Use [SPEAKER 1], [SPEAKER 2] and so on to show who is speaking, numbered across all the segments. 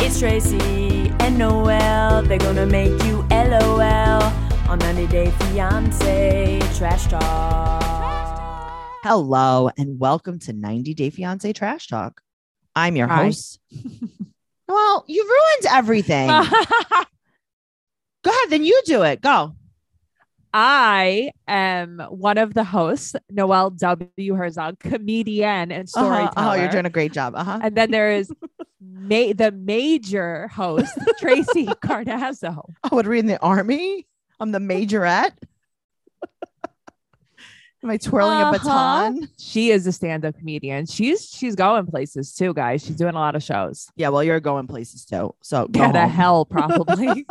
[SPEAKER 1] It's Tracy and Noel. They're gonna make you LOL on 90 Day Fiance Trash Talk.
[SPEAKER 2] Hello and welcome to 90 Day Fiance Trash Talk. I'm your
[SPEAKER 1] Hi.
[SPEAKER 2] host. well, you ruined everything. Go ahead, then you do it. Go.
[SPEAKER 3] I am one of the hosts, Noelle W. Herzog, comedian and
[SPEAKER 2] Uh-huh.
[SPEAKER 3] storyteller.
[SPEAKER 2] Oh, you're doing a great job. Uh huh.
[SPEAKER 3] And then there is ma- the major host, Tracy Carnazzo.
[SPEAKER 2] I would read in the army. I'm the majorette. Am I twirling
[SPEAKER 3] Uh-huh.
[SPEAKER 2] a baton?
[SPEAKER 3] She is a stand-up comedian. She's she's going places too, guys. She's doing a lot of shows.
[SPEAKER 2] Yeah, well, you're going places too. So go
[SPEAKER 3] Get to
[SPEAKER 2] home.
[SPEAKER 3] hell, probably.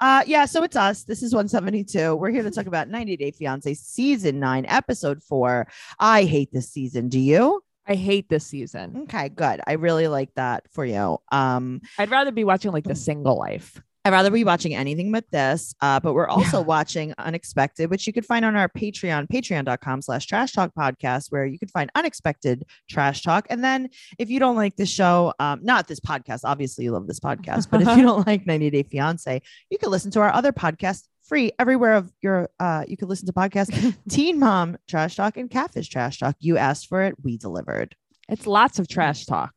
[SPEAKER 2] Uh, yeah, so it's us. This is 172. We're here to talk about 90 Day Fiance season nine, episode four. I hate this season. Do you?
[SPEAKER 3] I hate this season.
[SPEAKER 2] Okay, good. I really like that for you. Um,
[SPEAKER 3] I'd rather be watching like the single life.
[SPEAKER 2] I'd rather be watching anything but this. Uh, but we're also watching Unexpected, which you could find on our Patreon, patreon.com slash trash talk podcast, where you can find unexpected trash talk. And then if you don't like this show, um, not this podcast, obviously you love this podcast, but if you don't like 90 Day Fiance, you can listen to our other podcast free everywhere of your uh you can listen to podcasts teen mom trash talk and catfish trash talk you asked for it we delivered
[SPEAKER 3] It's lots of trash talk.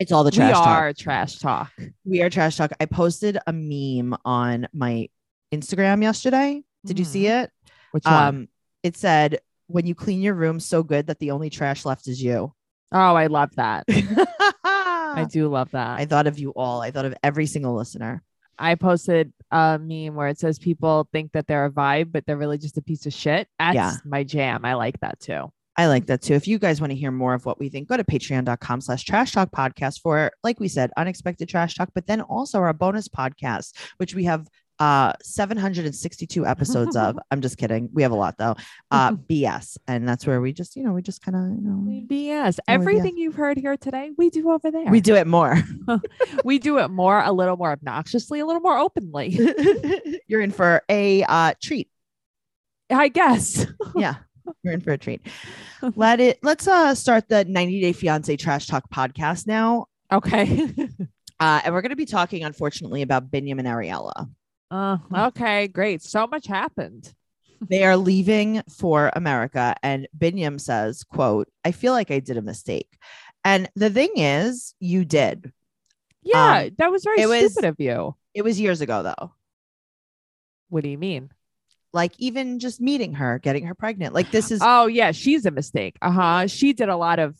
[SPEAKER 2] it's all the trash
[SPEAKER 3] we
[SPEAKER 2] talk
[SPEAKER 3] are trash talk.
[SPEAKER 2] we are trash talk. I posted a meme on my Instagram yesterday. Did you see it?
[SPEAKER 3] Mm-hmm. Which one?
[SPEAKER 2] Um, it said, "When you clean your room so good that the only trash left is you."
[SPEAKER 3] Oh, I love that. I
[SPEAKER 2] Ah. I,
[SPEAKER 3] do love that.
[SPEAKER 2] thought of you all. I thought of every single listener.
[SPEAKER 3] I posted a meme where it says people think that they're a vibe, but they're really just a piece of shit. That's
[SPEAKER 2] Yeah.
[SPEAKER 3] my jam. I like that too.
[SPEAKER 2] I like that too. If you guys want to hear more of what we think, go to patreon.com slash trash talk podcast for, like we said, unexpected trash talk, but then also our bonus podcast, which we have uh 762 episodes of. I'm just kidding. We have a lot though. Uh BS. And that's where we just, you know, we just kind of, you know,
[SPEAKER 3] We BS.
[SPEAKER 2] Mm. yeah.
[SPEAKER 3] Everything you've heard here today, we do over there.
[SPEAKER 2] We do it more.
[SPEAKER 3] we do it more, a little more obnoxiously, a little more openly,
[SPEAKER 2] You're in for a uh, treat.
[SPEAKER 3] I guess.
[SPEAKER 2] Yeah. You're in for a treat. Let it let's uh start the 90 Day Fiance Trash Talk podcast now.
[SPEAKER 3] Okay.
[SPEAKER 2] Uh, and we're gonna be talking, unfortunately, about Binyam and Ariella.
[SPEAKER 3] Uh, okay. Great. So much happened.
[SPEAKER 2] They are leaving for America, and Binyam says, quote, I feel like I did a mistake. And the thing is, you did.
[SPEAKER 3] Yeah. that was very
[SPEAKER 2] Um, it was-
[SPEAKER 3] stupid of you.
[SPEAKER 2] It was years ago though.
[SPEAKER 3] What do you mean?
[SPEAKER 2] Like even just meeting her, getting her pregnant. Like this is
[SPEAKER 3] Oh, yeah. She's a mistake. Uh huh. She did a lot of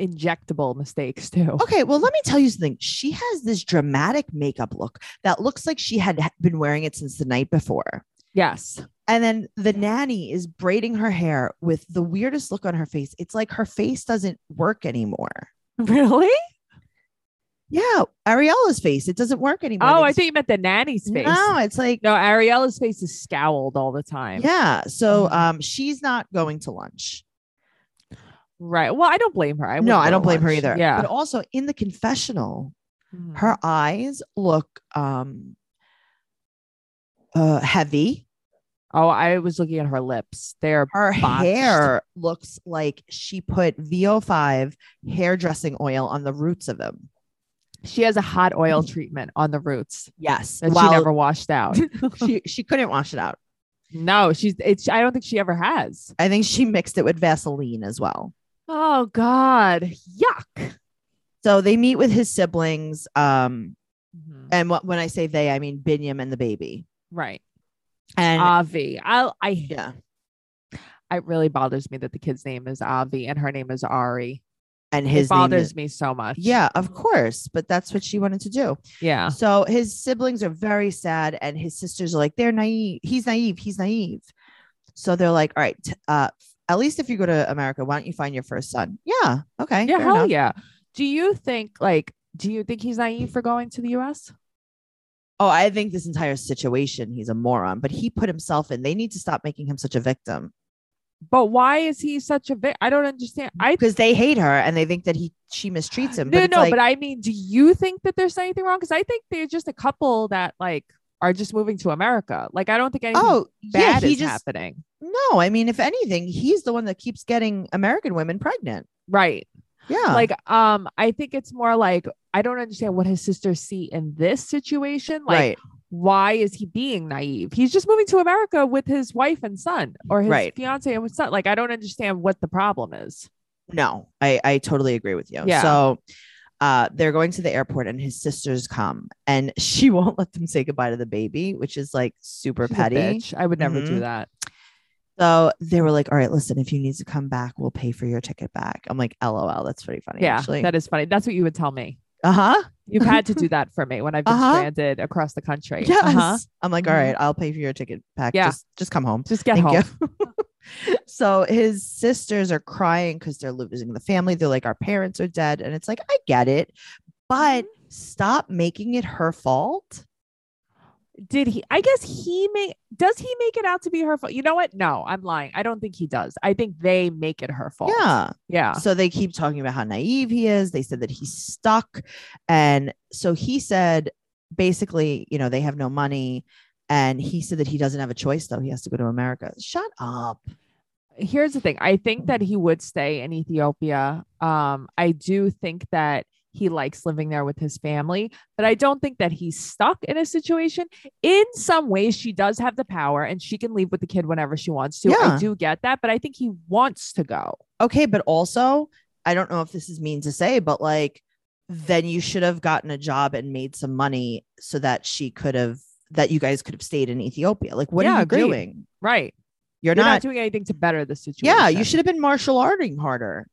[SPEAKER 3] injectable mistakes too.
[SPEAKER 2] Okay, well, let me tell you something. She has this dramatic makeup look that looks like she had h- been wearing it since the night before.
[SPEAKER 3] Yes.
[SPEAKER 2] And then the nanny is braiding her hair with the weirdest look on her face. It's like her face doesn't work anymore.
[SPEAKER 3] Really?
[SPEAKER 2] Yeah, Ariella's face, it doesn't work anymore.
[SPEAKER 3] Oh,
[SPEAKER 2] They
[SPEAKER 3] I
[SPEAKER 2] just-
[SPEAKER 3] think you meant the nanny's face.
[SPEAKER 2] No, it's like
[SPEAKER 3] No, Ariella's face is scowled all the time.
[SPEAKER 2] yeah. So
[SPEAKER 3] Mhm.
[SPEAKER 2] um she's not going to lunch.
[SPEAKER 3] Right. Well, I don't blame her. I
[SPEAKER 2] no,
[SPEAKER 3] wouldn't
[SPEAKER 2] I
[SPEAKER 3] go
[SPEAKER 2] don't
[SPEAKER 3] to
[SPEAKER 2] blame her
[SPEAKER 3] lunch.
[SPEAKER 2] either.
[SPEAKER 3] Yeah.
[SPEAKER 2] But also in the confessional,
[SPEAKER 3] Mhm.
[SPEAKER 2] her eyes look um uh heavy.
[SPEAKER 3] oh, I was looking at her lips. They're
[SPEAKER 2] her
[SPEAKER 3] botched.
[SPEAKER 2] hair looks like she put VO5 hair dressing oil on the roots of them.
[SPEAKER 3] she has a hot oil
[SPEAKER 2] Mm.
[SPEAKER 3] treatment on the roots
[SPEAKER 2] Yes.
[SPEAKER 3] that she never washed out.
[SPEAKER 2] she, she couldn't wash it out.
[SPEAKER 3] no, she's it's I don't think she ever has.
[SPEAKER 2] I think she mixed it with Vaseline as well.
[SPEAKER 3] Oh God. Yuck.
[SPEAKER 2] So they meet with his siblings. Um, and what, when I say they, I mean Binyam and the baby.
[SPEAKER 3] Mm-hmm. Right.
[SPEAKER 2] And
[SPEAKER 3] Ah. Avi. I I
[SPEAKER 2] yeah,
[SPEAKER 3] it really bothers me that the kid's name is Avi and her name is Ari.
[SPEAKER 2] and his
[SPEAKER 3] it
[SPEAKER 2] name
[SPEAKER 3] bothers
[SPEAKER 2] is-
[SPEAKER 3] me so much.
[SPEAKER 2] yeah, of course. But that's what she wanted to do.
[SPEAKER 3] Yeah.
[SPEAKER 2] So his siblings are very sad, and his sisters are like, they're naive. He's naive. He's naive. So they're like, all right, t- uh, at least if you go to America, why don't you find your first son? Yeah. Okay.
[SPEAKER 3] Yeah,
[SPEAKER 2] fair
[SPEAKER 3] hell
[SPEAKER 2] enough.
[SPEAKER 3] yeah. Do you think like do you think he's naive for going to the US?
[SPEAKER 2] Oh, I think this entire situation, he's a moron, but he put himself in. They need to stop making him such a victim
[SPEAKER 3] But why is he such a big I don't understand. I
[SPEAKER 2] because they hate her and they think that he she mistreats him.
[SPEAKER 3] no,
[SPEAKER 2] it's
[SPEAKER 3] no,
[SPEAKER 2] like,
[SPEAKER 3] but I mean, do you think that there's anything wrong? Because I think they're just a couple that like are just moving to America. Like I don't think anything
[SPEAKER 2] oh, yeah,
[SPEAKER 3] bad
[SPEAKER 2] he
[SPEAKER 3] is
[SPEAKER 2] just
[SPEAKER 3] happening.
[SPEAKER 2] no. I mean, if anything, he's the one that keeps getting American women pregnant.
[SPEAKER 3] Right.
[SPEAKER 2] Yeah.
[SPEAKER 3] Like, um, I think it's more like I don't understand what his sisters see in this situation. Like,
[SPEAKER 2] right.
[SPEAKER 3] why is he being naive? He's just moving to America with his wife and son, or his
[SPEAKER 2] Right.
[SPEAKER 3] fiance and son. Like, I don't understand what the problem is.
[SPEAKER 2] No, I, I totally agree with you.
[SPEAKER 3] Yeah.
[SPEAKER 2] So uh, they're going to the airport and his sisters come and she won't let them say goodbye to the baby, which is like super
[SPEAKER 3] She's a
[SPEAKER 2] petty.
[SPEAKER 3] bitch. I would never do
[SPEAKER 2] Mhm.
[SPEAKER 3] that.
[SPEAKER 2] So they were like, all right, listen, if you need to come back, we'll pay for your ticket back. I'm like, LOL, that's pretty funny.
[SPEAKER 3] yeah,
[SPEAKER 2] Actually.
[SPEAKER 3] that is funny. That's what you would tell me.
[SPEAKER 2] uh huh.
[SPEAKER 3] You've had to do that for me when I've been
[SPEAKER 2] Uh-huh.
[SPEAKER 3] stranded across the country.
[SPEAKER 2] Yes.
[SPEAKER 3] Uh-huh.
[SPEAKER 2] I'm like, all right, I'll pay for your ticket back.
[SPEAKER 3] Yeah.
[SPEAKER 2] Just, just come home.
[SPEAKER 3] Just get home.
[SPEAKER 2] you. so his sisters are crying because they're losing the family. They're like, our parents are dead. And it's like, I get it, but stop making it her fault.
[SPEAKER 3] Did he? I guess he make. Does he make it out to be her fault? You know what? No, I'm lying. I don't think he does. I think they make it her fault.
[SPEAKER 2] Yeah.
[SPEAKER 3] Yeah.
[SPEAKER 2] So they keep talking about how naive he is. They said that he's stuck. And so he said, basically, you know, they have no money. And he said that he doesn't have a choice, though. He has to go to America. Shut up.
[SPEAKER 3] here's the thing. I think that he would stay in Ethiopia. Um, I do think that he likes living there with his family, but I don't think that he's stuck in a situation. In some ways, she does have the power and she can leave with the kid whenever she wants to. I
[SPEAKER 2] Yeah.
[SPEAKER 3] do get that, but I think he wants to go.
[SPEAKER 2] Okay. But also, I don't know if this is mean to say, but like, then you should have gotten a job and made some money so that she could have, that you guys could have stayed in Ethiopia. Like, what
[SPEAKER 3] Yeah,
[SPEAKER 2] are you
[SPEAKER 3] agreed.
[SPEAKER 2] doing?
[SPEAKER 3] Right.
[SPEAKER 2] You're,
[SPEAKER 3] You're not,
[SPEAKER 2] not,
[SPEAKER 3] doing anything to better the situation.
[SPEAKER 2] yeah, you should have been martial arting harder.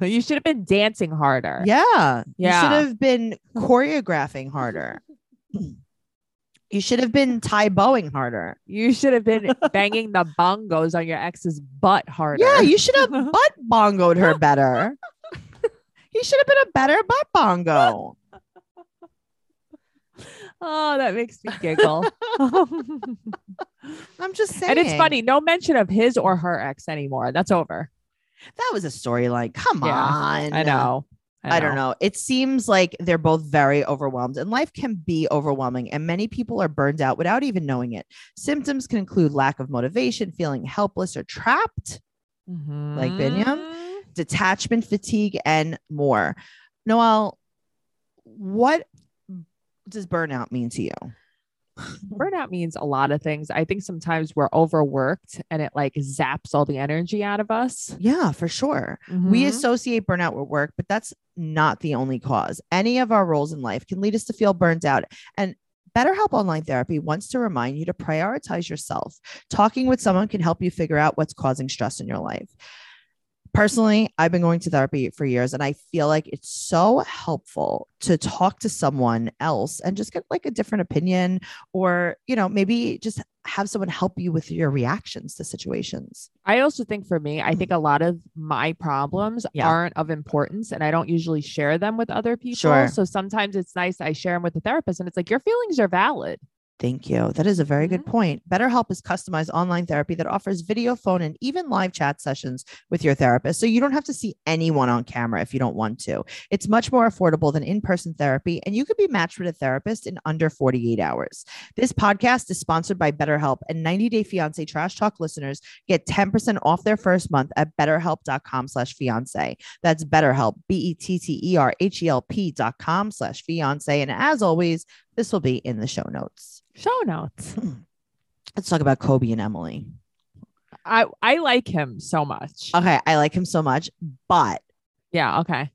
[SPEAKER 3] you should have been dancing harder.
[SPEAKER 2] Yeah. You
[SPEAKER 3] Yeah.
[SPEAKER 2] should have been choreographing harder. you should have been tie bowing harder.
[SPEAKER 3] You should have been banging the bongos on your ex's butt harder.
[SPEAKER 2] Yeah, you should have butt bongoed her better. he should have been a better butt bongo.
[SPEAKER 3] oh, that makes me giggle.
[SPEAKER 2] I'm just saying.
[SPEAKER 3] And it's funny, no mention of his or her ex anymore. That's over.
[SPEAKER 2] That was a storyline. Come
[SPEAKER 3] Yeah,
[SPEAKER 2] on.
[SPEAKER 3] I know.
[SPEAKER 2] I don't know. It seems like they're both very overwhelmed, and life can be overwhelming, and many people are burned out without even knowing it. Symptoms can include lack of motivation, feeling helpless or trapped, Like Binyam?
[SPEAKER 3] Mhm.
[SPEAKER 2] detachment fatigue, and more. Noel, what does burnout mean to you?
[SPEAKER 3] Burnout means a lot of things. I think sometimes we're overworked and it like zaps all the energy out of us.
[SPEAKER 2] Yeah, for sure. We
[SPEAKER 3] Mhm.
[SPEAKER 2] associate burnout with work, but that's not the only cause. Any of our roles in life can lead us to feel burnt out. And BetterHelp Online Therapy wants to remind you to prioritize yourself. Talking with someone can help you figure out what's causing stress in your life. Personally, I've been going to therapy for years and I feel like it's so helpful to talk to someone else and just get like a different opinion or, you know, maybe just have someone help you with your reactions to situations.
[SPEAKER 3] I also think for me, I think a lot of my problems
[SPEAKER 2] Mm-hmm. Yeah.
[SPEAKER 3] aren't of importance and I don't usually share them with other people.
[SPEAKER 2] Sure.
[SPEAKER 3] So sometimes it's nice I share them with the therapist and it's like your feelings are valid.
[SPEAKER 2] Thank you. That is a very good point. BetterHelp is customized online therapy that offers video, phone, and even live chat sessions with your therapist. So you don't have to see anyone on camera if you don't want to. It's much more affordable than in person therapy, and you could be matched with a therapist in under 48 hours. This podcast is sponsored by BetterHelp, and 90 Day Fiancé Trash Talk listeners get 10% off their first month at betterhelp.com slash fiance. That's BetterHelp, B E T T E R H E L P dot com slash fiance. And as always, this will be in the show notes.
[SPEAKER 3] Show notes.
[SPEAKER 2] Let's talk about Kobe and Emily.
[SPEAKER 3] I, I like him so much.
[SPEAKER 2] Okay, I like him so much, but
[SPEAKER 3] yeah. Okay.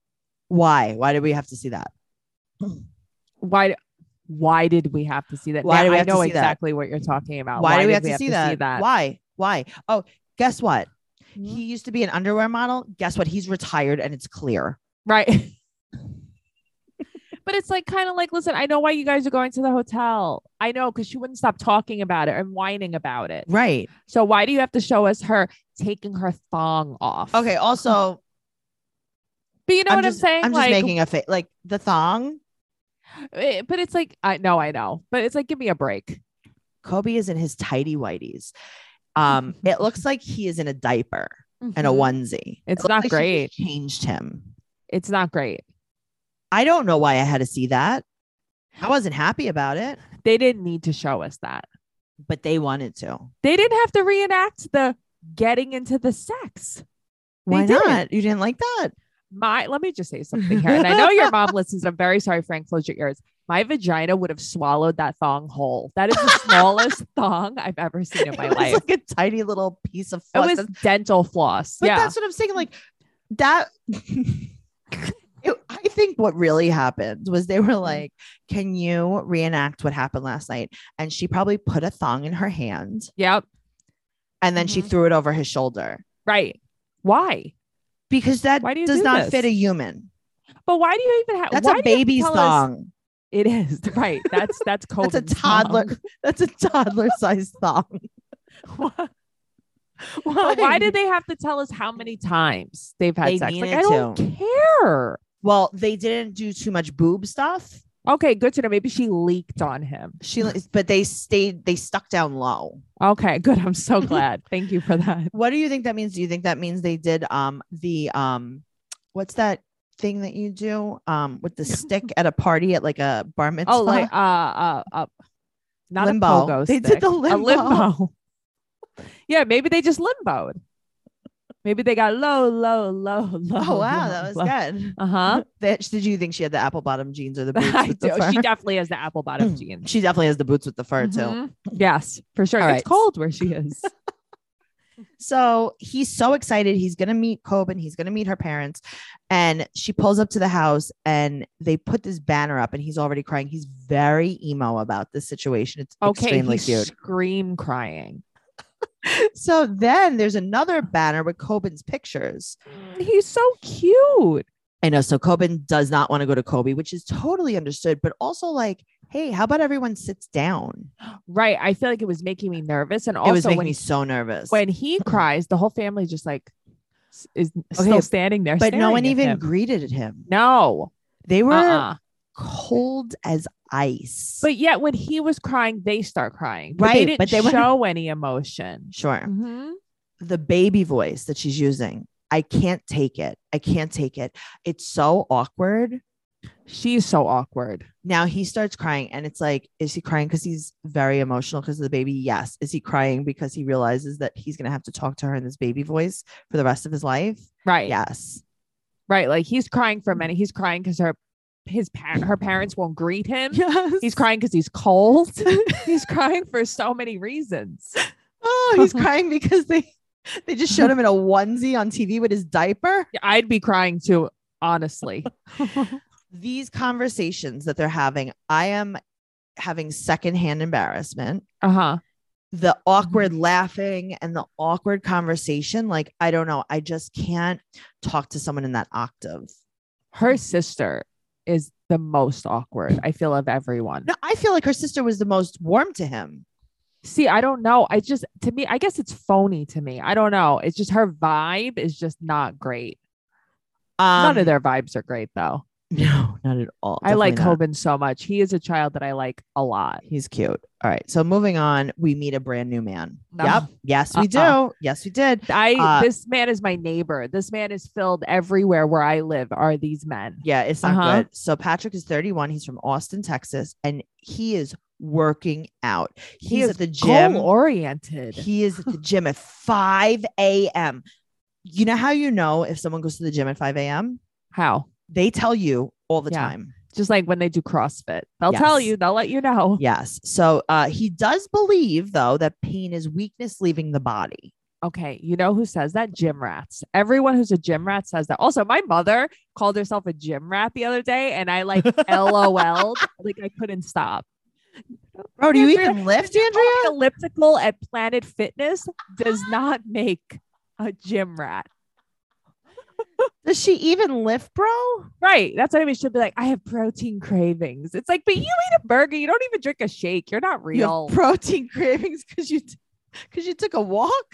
[SPEAKER 2] why? Why did we have to see that?
[SPEAKER 3] why why did we have to see that?
[SPEAKER 2] Why
[SPEAKER 3] Now
[SPEAKER 2] do we
[SPEAKER 3] I
[SPEAKER 2] have to
[SPEAKER 3] know
[SPEAKER 2] see that?
[SPEAKER 3] exactly what you're talking about.
[SPEAKER 2] why, do we
[SPEAKER 3] Uh, did
[SPEAKER 2] have to see that? Why? Why? Oh, guess what? He used to be an underwear model. Guess what? He's retired and it's clear.
[SPEAKER 3] Right. but it's like kind of like, listen, I know why you guys are going to the hotel. I know because she wouldn't stop talking about it and whining about it.
[SPEAKER 2] Right.
[SPEAKER 3] So why do you have to show us her taking her thong off?
[SPEAKER 2] Okay. Also,
[SPEAKER 3] But you know
[SPEAKER 2] I'm
[SPEAKER 3] what
[SPEAKER 2] just,
[SPEAKER 3] I'm saying?
[SPEAKER 2] I'm just
[SPEAKER 3] like,
[SPEAKER 2] making a face. Like the thong.
[SPEAKER 3] eh, but it's like, I know, I know. But it's like, give me a break.
[SPEAKER 2] Kobe is in his tidy whities. Um, it looks like he is in a diaper and a
[SPEAKER 3] Mhm.
[SPEAKER 2] onesie.
[SPEAKER 3] It's
[SPEAKER 2] It looks
[SPEAKER 3] not
[SPEAKER 2] like she just
[SPEAKER 3] great.
[SPEAKER 2] Changed him.
[SPEAKER 3] It's not great.
[SPEAKER 2] I don't know why I had to see that. I wasn't happy about it,
[SPEAKER 3] They didn't need to show us that.
[SPEAKER 2] but they wanted to.
[SPEAKER 3] They didn't have to reenact the getting into the sex.
[SPEAKER 2] Why
[SPEAKER 3] didn't.
[SPEAKER 2] not? You didn't like that?
[SPEAKER 3] my let me just say something here. And I know your mom listens. I'm very sorry, Frank. Close your ears. My vagina would have swallowed that thong whole. That is the smallest thong I've ever seen in my
[SPEAKER 2] it was
[SPEAKER 3] life.
[SPEAKER 2] like a tiny little piece of
[SPEAKER 3] It
[SPEAKER 2] flesh.
[SPEAKER 3] was dental floss.
[SPEAKER 2] But
[SPEAKER 3] yeah.
[SPEAKER 2] that's what I'm saying. Like that. It- I think what really happened was they
[SPEAKER 3] Mm-hmm.
[SPEAKER 2] were like, "Can you reenact what happened last night?" And she probably put a thong in her hand,
[SPEAKER 3] yep.
[SPEAKER 2] and then she
[SPEAKER 3] Mhm.
[SPEAKER 2] threw it over his shoulder
[SPEAKER 3] Right. Why?
[SPEAKER 2] because that
[SPEAKER 3] Why do you
[SPEAKER 2] does
[SPEAKER 3] do
[SPEAKER 2] not
[SPEAKER 3] this?
[SPEAKER 2] fit a human.
[SPEAKER 3] But why do you even have
[SPEAKER 2] That's
[SPEAKER 3] why
[SPEAKER 2] a
[SPEAKER 3] do you have to
[SPEAKER 2] baby's
[SPEAKER 3] tell us-
[SPEAKER 2] thong.
[SPEAKER 3] It is right. That's that's COVID.
[SPEAKER 2] That's a toddler. That's a toddler sized thong.
[SPEAKER 3] why? why did they have to tell us how many times they've had
[SPEAKER 2] They
[SPEAKER 3] sex? Like
[SPEAKER 2] needed
[SPEAKER 3] I don't care.
[SPEAKER 2] Well, they didn't do too much boob stuff.
[SPEAKER 3] Okay, good to know. Maybe she leaked on him.
[SPEAKER 2] She, but they stayed. They stuck down low.
[SPEAKER 3] Okay, good. I'm so glad. Thank you for that.
[SPEAKER 2] What do you think that means? Do you think that means they did um the um what's that thing that you do um with the stick at a party at like a bar mitzvah?
[SPEAKER 3] Oh, like uh, uh, uh not
[SPEAKER 2] Limbo.
[SPEAKER 3] a pogo
[SPEAKER 2] They
[SPEAKER 3] stick.
[SPEAKER 2] did the
[SPEAKER 3] A
[SPEAKER 2] limbo.
[SPEAKER 3] limbo. yeah, maybe they just limboed. Maybe they got low, low, low, low.
[SPEAKER 2] oh wow, that was good.
[SPEAKER 3] Uh huh.
[SPEAKER 2] That, did you think she had the apple bottom jeans or the boots
[SPEAKER 3] I
[SPEAKER 2] with the
[SPEAKER 3] do.
[SPEAKER 2] fur? Mm. Mm-hmm.
[SPEAKER 3] She definitely has the apple bottom jeans.
[SPEAKER 2] She definitely has the boots with the fur too.
[SPEAKER 3] Mhm. Yes, for sure.
[SPEAKER 2] All
[SPEAKER 3] it's
[SPEAKER 2] right.
[SPEAKER 3] cold where she is.
[SPEAKER 2] So he's so excited. He's gonna meet Cobb and he's gonna meet her parents. And she pulls up to the house and they put this banner up and he's already crying. He's very emo about this situation. It's
[SPEAKER 3] Okay,
[SPEAKER 2] extremely
[SPEAKER 3] he's
[SPEAKER 2] cute.
[SPEAKER 3] scream crying.
[SPEAKER 2] So then there's another banner with Coben's pictures.
[SPEAKER 3] He's so cute.
[SPEAKER 2] I know. So Coben does not want to go to Kobe, which is totally understood, but also like, hey, how about everyone sits down?
[SPEAKER 3] Right. I feel like it was making me nervous, and
[SPEAKER 2] it was
[SPEAKER 3] also
[SPEAKER 2] making
[SPEAKER 3] when
[SPEAKER 2] me so nervous.
[SPEAKER 3] when he cries, the whole family just like s- is
[SPEAKER 2] Okay,
[SPEAKER 3] still standing there.
[SPEAKER 2] but no
[SPEAKER 3] staring
[SPEAKER 2] one
[SPEAKER 3] at
[SPEAKER 2] even
[SPEAKER 3] him.
[SPEAKER 2] greeted him.
[SPEAKER 3] no.
[SPEAKER 2] They were
[SPEAKER 3] Uh-uh.
[SPEAKER 2] cold as ice.
[SPEAKER 3] But yet, when he was crying, they start crying. But
[SPEAKER 2] Right,
[SPEAKER 3] They didn't
[SPEAKER 2] but they were-
[SPEAKER 3] show any emotion.
[SPEAKER 2] sure.
[SPEAKER 3] Mhm.
[SPEAKER 2] the baby voice that she's using. I can't take it. I can't take it. It's so awkward.
[SPEAKER 3] She's so awkward.
[SPEAKER 2] Now he starts crying, and it's like, is he crying because he's very emotional because of the baby? Yes. Is he crying because he realizes that he's going to have to talk to her in this baby voice for the rest of his life?
[SPEAKER 3] Right.
[SPEAKER 2] Yes.
[SPEAKER 3] Right. Like he's crying for a minute. He's crying because her his par- her parents won't greet him.
[SPEAKER 2] Yes.
[SPEAKER 3] He's crying because he's cold. he's crying for so many reasons.
[SPEAKER 2] Oh, he's crying because they they just showed him in a onesie on TV with his diaper.
[SPEAKER 3] I'd be crying too, honestly.
[SPEAKER 2] These conversations that they're having, I am having secondhand embarrassment.
[SPEAKER 3] Uh huh.
[SPEAKER 2] the
[SPEAKER 3] Mm-hmm.
[SPEAKER 2] awkward laughing and the awkward conversation like i don't know i just can't talk to someone in that octave
[SPEAKER 3] Her sister is the most awkward. I feel of everyone.
[SPEAKER 2] no i feel like her sister was the most warm to him
[SPEAKER 3] See, I don't know. I just to me, I guess it's phony to me. I don't know. It's just her vibe is just not great.
[SPEAKER 2] um,
[SPEAKER 3] None of their vibes are great though.
[SPEAKER 2] no not at all
[SPEAKER 3] I like
[SPEAKER 2] Definitely not.
[SPEAKER 3] Coben so much. He is a child that I like a lot.
[SPEAKER 2] he's cute all right so moving on we meet a brand new man
[SPEAKER 3] No.
[SPEAKER 2] yep yes we
[SPEAKER 3] Uh-uh.
[SPEAKER 2] do yes we did
[SPEAKER 3] I
[SPEAKER 2] Uh,
[SPEAKER 3] this man is my neighbor. This man is filled everywhere where I live are these men.
[SPEAKER 2] yeah it's not
[SPEAKER 3] Uh-huh.
[SPEAKER 2] good so patrick is 31 he's from austin texas and he is working out he's
[SPEAKER 3] He is
[SPEAKER 2] at the gym
[SPEAKER 3] Goal oriented.
[SPEAKER 2] He is at the gym at 5 a.m. You know how you know if someone goes to the gym at 5 a.m.?
[SPEAKER 3] How?
[SPEAKER 2] They tell you all the
[SPEAKER 3] Yeah.
[SPEAKER 2] time.
[SPEAKER 3] Just like when they do CrossFit. They'll tell
[SPEAKER 2] Yes.
[SPEAKER 3] you, they'll let you know.
[SPEAKER 2] Yes. So uh, he does believe, though, that pain is weakness leaving the body.
[SPEAKER 3] Okay, you know who says that? Gym rats. Everyone who's a gym rat says that. Also, my mother called herself a gym rat the other day, and I like LOL'd, like I couldn't stop.
[SPEAKER 2] Bro, do you
[SPEAKER 3] Andrea,
[SPEAKER 2] even lift,
[SPEAKER 3] you
[SPEAKER 2] Andrea?
[SPEAKER 3] An elliptical at Planet Fitness does not make a gym rat.
[SPEAKER 2] Does she even lift, bro?
[SPEAKER 3] Right. That's what I mean. She'll be like, I have protein cravings. It's like, but you eat a burger. You don't even drink a shake. You're not
[SPEAKER 2] You have
[SPEAKER 3] real.
[SPEAKER 2] protein cravings because you because you took a walk.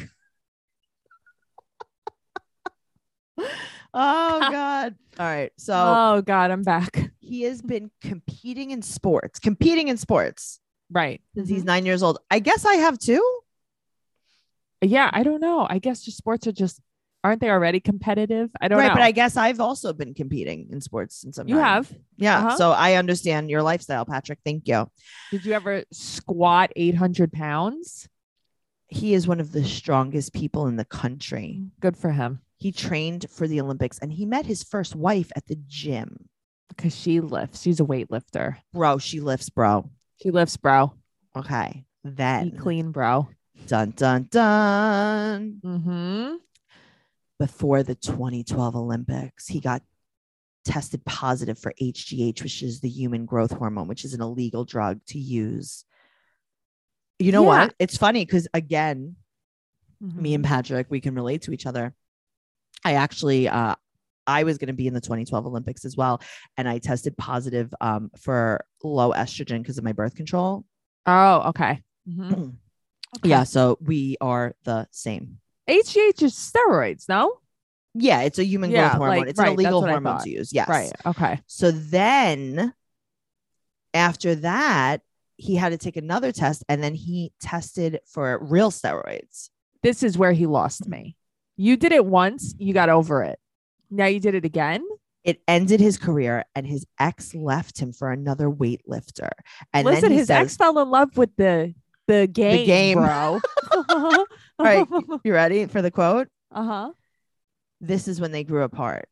[SPEAKER 2] oh God. All right. So
[SPEAKER 3] oh God, I'm back.
[SPEAKER 2] he has been competing in sports, competing in sports
[SPEAKER 3] Right.
[SPEAKER 2] since he's nine years old. I guess I have too.
[SPEAKER 3] Yeah, I don't know. I guess just sports are just aren't they already competitive? I don't
[SPEAKER 2] Right.
[SPEAKER 3] know.
[SPEAKER 2] But I guess I've also been competing in sports since I'm
[SPEAKER 3] you
[SPEAKER 2] nine.
[SPEAKER 3] have.
[SPEAKER 2] Yeah.
[SPEAKER 3] Uh-huh.
[SPEAKER 2] So I understand your lifestyle, Patrick. Thank you.
[SPEAKER 3] Did you ever squat 800 pounds?
[SPEAKER 2] He is one of the strongest people in the country.
[SPEAKER 3] Mm. Good for him.
[SPEAKER 2] He trained for the Olympics and he met his first wife at the gym.
[SPEAKER 3] because she lifts. She's a weightlifter.
[SPEAKER 2] Bro, she lifts, bro.
[SPEAKER 3] She lifts, bro.
[SPEAKER 2] Okay.
[SPEAKER 3] Be
[SPEAKER 2] Then
[SPEAKER 3] clean, bro.
[SPEAKER 2] dun dun dun.
[SPEAKER 3] Mm-hmm.
[SPEAKER 2] Before the 2012 Olympics, he got tested positive for HGH, which is the human growth hormone, which is an illegal drug to use. You know
[SPEAKER 3] Yeah.
[SPEAKER 2] what? It's funny because again,
[SPEAKER 3] Mm-hmm.
[SPEAKER 2] me and Patrick, we can relate to each other. I actually, uh, I was going to be in the 2012 Olympics as well, and I tested positive um, for low estrogen because of my birth control.
[SPEAKER 3] Oh, okay. Mhm.
[SPEAKER 2] Yeah, so we are the same.
[SPEAKER 3] HGH is steroids, no?
[SPEAKER 2] Yeah, it's a human
[SPEAKER 3] Yeah,
[SPEAKER 2] growth hormone.
[SPEAKER 3] like,
[SPEAKER 2] it's
[SPEAKER 3] right,
[SPEAKER 2] an
[SPEAKER 3] that's
[SPEAKER 2] illegal
[SPEAKER 3] what I
[SPEAKER 2] hormone
[SPEAKER 3] thought.
[SPEAKER 2] to use. Yes.
[SPEAKER 3] Right. Okay.
[SPEAKER 2] So then, after that, he had to take another test, and then he tested for real steroids.
[SPEAKER 3] This is where he lost me. You did it once, you got over it. Now you did it again.
[SPEAKER 2] It ended his career, and his ex left him for another weightlifter. And then
[SPEAKER 3] Listen,
[SPEAKER 2] he
[SPEAKER 3] his
[SPEAKER 2] says-
[SPEAKER 3] ex fell in love with the the game,
[SPEAKER 2] game.
[SPEAKER 3] bro.
[SPEAKER 2] right. You ready for the quote?
[SPEAKER 3] Uh-huh.
[SPEAKER 2] This is when they grew apart.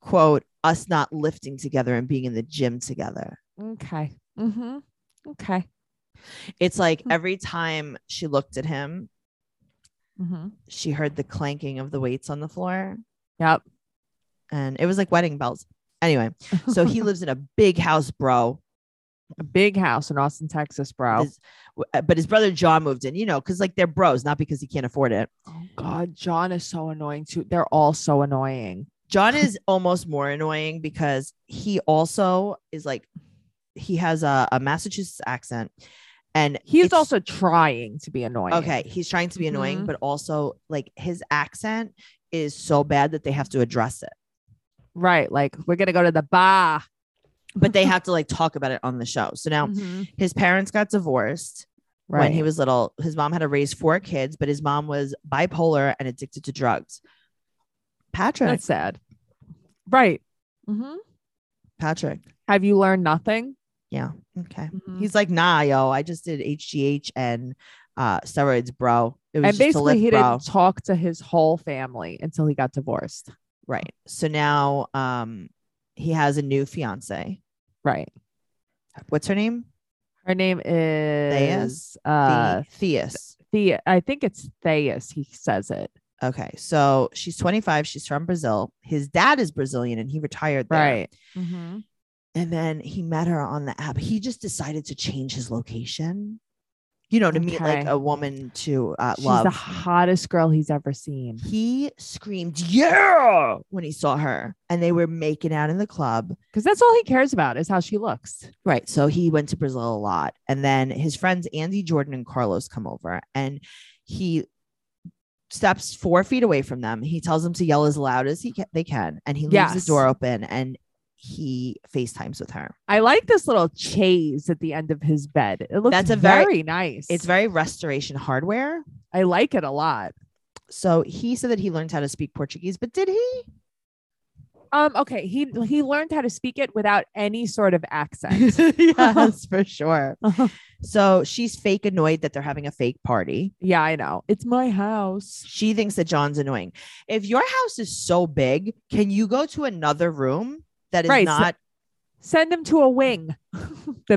[SPEAKER 2] Quote, us not lifting together and being in the gym together.
[SPEAKER 3] Okay. Mm-hmm. Okay.
[SPEAKER 2] It's like
[SPEAKER 3] Hmm.
[SPEAKER 2] every time she looked at him,
[SPEAKER 3] Mm-hmm.
[SPEAKER 2] she heard the clanking of the weights on the floor.
[SPEAKER 3] Yep.
[SPEAKER 2] And it was like wedding bells. Anyway, so he lives in a big house, bro.
[SPEAKER 3] a big house in Austin, Texas, bro.
[SPEAKER 2] His- w- uh, but his brother John moved in, you know, because like they're bros, not because he can't afford it.
[SPEAKER 3] Oh God, John is so annoying too. They're all so annoying.
[SPEAKER 2] John is almost more annoying because he also is like, he has a, a Massachusetts accent. And
[SPEAKER 3] He's
[SPEAKER 2] it's-
[SPEAKER 3] also trying to be annoying.
[SPEAKER 2] Okay, he's trying to be annoying,
[SPEAKER 3] Mhm.
[SPEAKER 2] but also like his accent is so bad that they have to address it.
[SPEAKER 3] Right. Like we're gonna go to the bar.
[SPEAKER 2] But they have to like talk about it on the show. So now
[SPEAKER 3] Mhm.
[SPEAKER 2] his parents got divorced
[SPEAKER 3] Right.
[SPEAKER 2] when he was little. His mom had to raise four kids, but his mom was bipolar and addicted to drugs. Patrick,
[SPEAKER 3] That's sad. Right.
[SPEAKER 2] Mm-hmm.
[SPEAKER 3] hmm
[SPEAKER 2] Patrick.
[SPEAKER 3] Have you learned nothing?
[SPEAKER 2] Okay.
[SPEAKER 3] Mhm.
[SPEAKER 2] He's like, nah, yo, I just did HGH and uh steroids, bro. It was just
[SPEAKER 3] and
[SPEAKER 2] to
[SPEAKER 3] basically,
[SPEAKER 2] lift,
[SPEAKER 3] he
[SPEAKER 2] bro.
[SPEAKER 3] didn't talk to his whole family until he got divorced.
[SPEAKER 2] Right. So now um he has a new fiance.
[SPEAKER 3] Right.
[SPEAKER 2] What's her name?
[SPEAKER 3] Her name is uh,
[SPEAKER 2] The- Theus.
[SPEAKER 3] Thea. I think it's Theus. He says it.
[SPEAKER 2] Okay, so she's 25. She's from Brazil. His dad is Brazilian, and he retired there.
[SPEAKER 3] Right. Mm-hmm.
[SPEAKER 2] And then he met her on the app. He just decided to change his location, you know, to meet like
[SPEAKER 3] Okay.
[SPEAKER 2] a woman to uh,
[SPEAKER 3] She's
[SPEAKER 2] love.
[SPEAKER 3] the hottest girl he's ever seen.
[SPEAKER 2] he screamed, "Yeah!" when he saw her, and they were making out in the club.
[SPEAKER 3] Because that's all he cares about is how she looks.
[SPEAKER 2] Right. So he went to Brazil a lot, and then his friends Andy, Jordan, and Carlos come over, and he steps four feet away from them. He tells them to yell as loud as he ca- they can, and he leaves the
[SPEAKER 3] Yes.
[SPEAKER 2] door open, and he FaceTimes with her.
[SPEAKER 3] I like this little chaise at the end of his bed. It looks
[SPEAKER 2] That's a very-
[SPEAKER 3] very, nice.
[SPEAKER 2] It's very restoration hardware.
[SPEAKER 3] I like it a lot.
[SPEAKER 2] So he said that he learned how to speak Portuguese, but did he?
[SPEAKER 3] Um, okay, he he learned how to speak it without any sort of accent.
[SPEAKER 2] yes, for sure.
[SPEAKER 3] Uh-huh.
[SPEAKER 2] So she's fake annoyed that they're having a fake party.
[SPEAKER 3] yeah, I know. It's my house.
[SPEAKER 2] She thinks that John's annoying. If your house is so big, can you go to another room that is
[SPEAKER 3] Right, so-
[SPEAKER 2] not?
[SPEAKER 3] Send him to a wing. the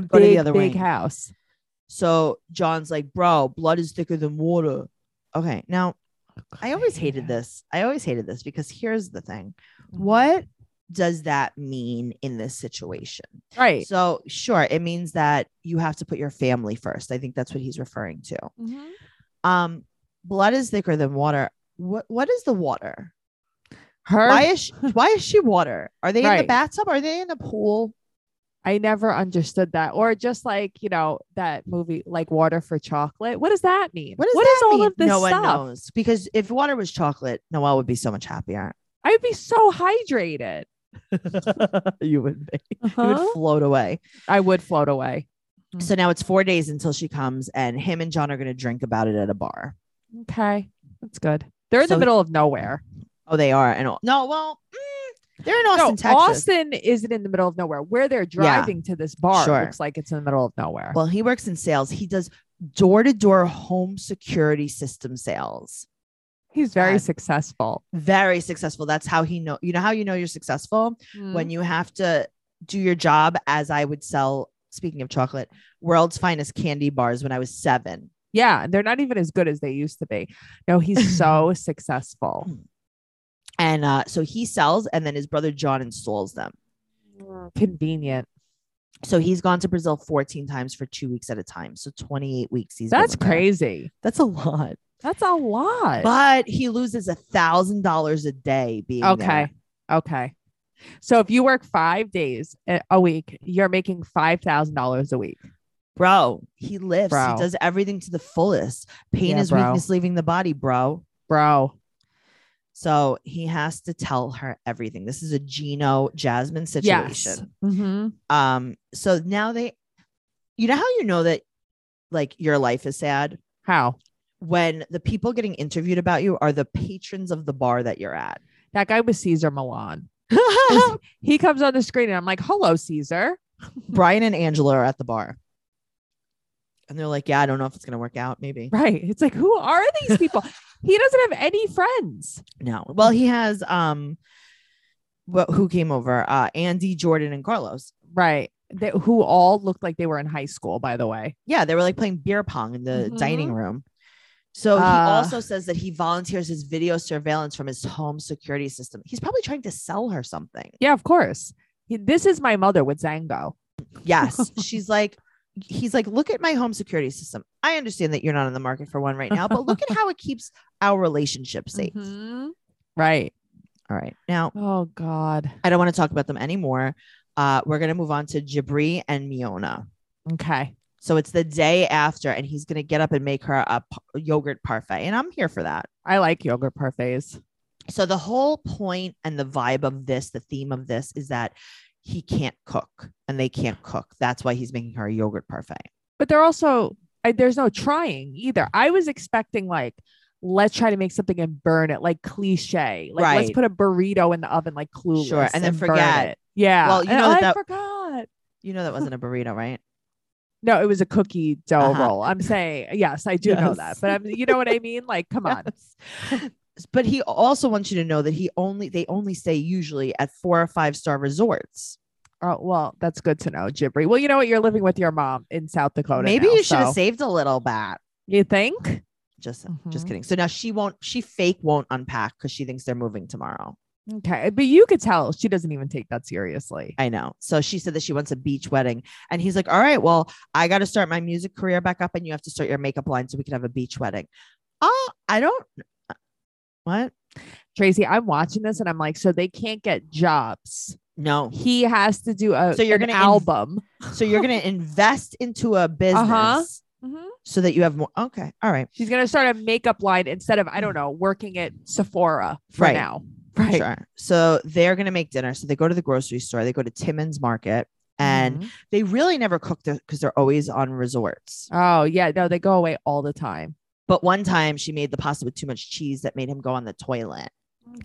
[SPEAKER 2] Go to the
[SPEAKER 3] big,
[SPEAKER 2] other
[SPEAKER 3] big
[SPEAKER 2] wing.
[SPEAKER 3] house.
[SPEAKER 2] So John's like, bro, blood is thicker than water. Okay. Now, I always hated this. I always hated this because here's the thing what does that mean in this situation?
[SPEAKER 3] Right.
[SPEAKER 2] So, sure, it means that you have to put your family first. I think that's what he's referring to.
[SPEAKER 3] Mhm.
[SPEAKER 2] Um, blood is thicker than water. What what is the water?
[SPEAKER 3] Her
[SPEAKER 2] Why is she, why is she water? Are they in the
[SPEAKER 3] Right.
[SPEAKER 2] bathtub? Are they in the pool?
[SPEAKER 3] I never understood that. Or just like, you know, that movie like Water for Chocolate. What does that mean?
[SPEAKER 2] What does
[SPEAKER 3] what
[SPEAKER 2] that
[SPEAKER 3] is all
[SPEAKER 2] mean?
[SPEAKER 3] of this
[SPEAKER 2] no
[SPEAKER 3] stuff?
[SPEAKER 2] one knows because if water was chocolate, Noelle would be so much happier.
[SPEAKER 3] I'd be so hydrated.
[SPEAKER 2] you would be. You
[SPEAKER 3] Uh-huh.
[SPEAKER 2] would float away.
[SPEAKER 3] I would float away.
[SPEAKER 2] So now it's four days until she comes, and him and John are going to drink about it at a bar.
[SPEAKER 3] Okay. That's good. They're in
[SPEAKER 2] So-
[SPEAKER 3] the middle of nowhere.
[SPEAKER 2] Oh, they are. And no, well, mm, they're in Austin,
[SPEAKER 3] no,
[SPEAKER 2] Texas.
[SPEAKER 3] Austin isn't in the middle of nowhere. Where they're driving to this bar
[SPEAKER 2] Sure.
[SPEAKER 3] looks like it's in the middle of nowhere.
[SPEAKER 2] Well, he works in sales. He does door to door home security system sales.
[SPEAKER 3] He's very
[SPEAKER 2] God.
[SPEAKER 3] successful.
[SPEAKER 2] Very successful. That's how he know. You know how you know you're successful
[SPEAKER 3] Mm-hmm.
[SPEAKER 2] when you have to do your job. As I would sell. Speaking of chocolate, world's finest candy bars when I was seven.
[SPEAKER 3] yeah, they're not even as good as they used to be. No, he's so successful.
[SPEAKER 2] And uh, so he sells, and then his brother John installs them.
[SPEAKER 3] Hmm. Convenient.
[SPEAKER 2] So he's gone to Brazil 14 times for two weeks at a time. So 28 weeks. He's been
[SPEAKER 3] That's
[SPEAKER 2] over there.
[SPEAKER 3] crazy.
[SPEAKER 2] That's a lot.
[SPEAKER 3] That's a lot.
[SPEAKER 2] But he loses a thousand dollars a day being
[SPEAKER 3] okay. Okay. So if you work five days a a week, you're making five thousand dollars a week.
[SPEAKER 2] Bro, he lives.
[SPEAKER 3] Bro.
[SPEAKER 2] He does everything to the fullest. Pain
[SPEAKER 3] Yeah,
[SPEAKER 2] is
[SPEAKER 3] bro.
[SPEAKER 2] weakness leaving the body, bro.
[SPEAKER 3] Bro.
[SPEAKER 2] So he has to tell her everything. This is a Gino Jasmine situation.
[SPEAKER 3] Yes. Mhm.
[SPEAKER 2] Um, so now they you know how you know that like your life is sad
[SPEAKER 3] How?
[SPEAKER 2] when the people getting interviewed about you are the patrons of the bar that you're at.
[SPEAKER 3] That guy was Caesar Milan. he comes on the screen and I'm like, hello, Caesar.
[SPEAKER 2] Brian and Angela are at the bar. And they're like, Yeah, I don't know if it's gonna work out, maybe.
[SPEAKER 3] Right. It's like, who are these people? he doesn't have any friends.
[SPEAKER 2] No. Well, he has um what who came over? Uh Andy, Jordan, and Carlos.
[SPEAKER 3] Right. They, who all looked like they were in high school, by the way.
[SPEAKER 2] Yeah, they were like playing beer pong in the dining room. So he
[SPEAKER 3] Uh.
[SPEAKER 2] also says that he volunteers his video surveillance from his home security system. He's probably trying to sell her something.
[SPEAKER 3] Yeah, of course. He- this is my mother with Zango.
[SPEAKER 2] Yes. She's like, he's like, look at my home security system. I understand that you're not on the market for one right now, but look at how it keeps our relationship safe. Mm-hmm.
[SPEAKER 3] Mhm. Right.
[SPEAKER 2] All right. Now,
[SPEAKER 3] Oh, God.
[SPEAKER 2] I don't want to talk about them anymore. Uh, we're going to move on to Jabri and Miona.
[SPEAKER 3] Okay.
[SPEAKER 2] So it's the day after, and he's going to get up and make her a p- yogurt parfait. And I'm here for that.
[SPEAKER 3] I like yogurt parfaits.
[SPEAKER 2] So the whole point and the vibe of this, the theme of this is that he can't cook and they can't cook. That's why he's making her a yogurt parfait.
[SPEAKER 3] but they're also I, there's no trying either. I was expecting like let's try to make something and burn it like cliche. Like let's
[SPEAKER 2] Right.
[SPEAKER 3] put a burrito in the oven like clueless
[SPEAKER 2] Sure, and then
[SPEAKER 3] burn
[SPEAKER 2] forget.
[SPEAKER 3] it. Yeah.
[SPEAKER 2] Well, you
[SPEAKER 3] And
[SPEAKER 2] know that
[SPEAKER 3] I
[SPEAKER 2] that-
[SPEAKER 3] forgot.
[SPEAKER 2] You know, that wasn't a burrito, right?
[SPEAKER 3] No, it was a cookie dough
[SPEAKER 2] Uh-huh.
[SPEAKER 3] roll. I'm saying yes, I do know that,
[SPEAKER 2] Yes.
[SPEAKER 3] but I'm you know what I mean. Like, come on.
[SPEAKER 2] but he also wants you to know that he only they only stay usually at four or five star resorts.
[SPEAKER 3] Oh well, that's good to know, Jibri. Well, you know what? You're living with your mom in South Dakota.
[SPEAKER 2] Maybe
[SPEAKER 3] now,
[SPEAKER 2] you should have
[SPEAKER 3] so-
[SPEAKER 2] saved a little bit.
[SPEAKER 3] You think?
[SPEAKER 2] Just
[SPEAKER 3] Mhm.
[SPEAKER 2] just kidding. So now she won't she fake won't unpack because she thinks they're moving tomorrow.
[SPEAKER 3] Okay, but you could tell she doesn't even take that seriously.
[SPEAKER 2] I know. So she said that she wants a beach wedding. And he's like, All right, well, I gotta start my music career back up and you have to start your makeup line so we can have a beach wedding. Oh, I don't what?
[SPEAKER 3] Tracy, I'm watching this and I'm like, so they can't get jobs.
[SPEAKER 2] No.
[SPEAKER 3] He has to do a
[SPEAKER 2] So you're
[SPEAKER 3] an
[SPEAKER 2] gonna inv-
[SPEAKER 3] album.
[SPEAKER 2] So you're gonna invest into a business
[SPEAKER 3] Mhm.
[SPEAKER 2] so that you have more okay. All right.
[SPEAKER 3] She's gonna start a makeup line instead of I don't know working at Sephora for
[SPEAKER 2] Right.
[SPEAKER 3] now. Right.
[SPEAKER 2] Sure. So they're going to make dinner. So they go to the grocery store, they go to Timmins Market, and
[SPEAKER 3] Mhm.
[SPEAKER 2] they really never cook because they're always on resorts.
[SPEAKER 3] oh yeah, no, they go away all the time.
[SPEAKER 2] But one time she made the pasta with too much cheese that made him go on the toilet.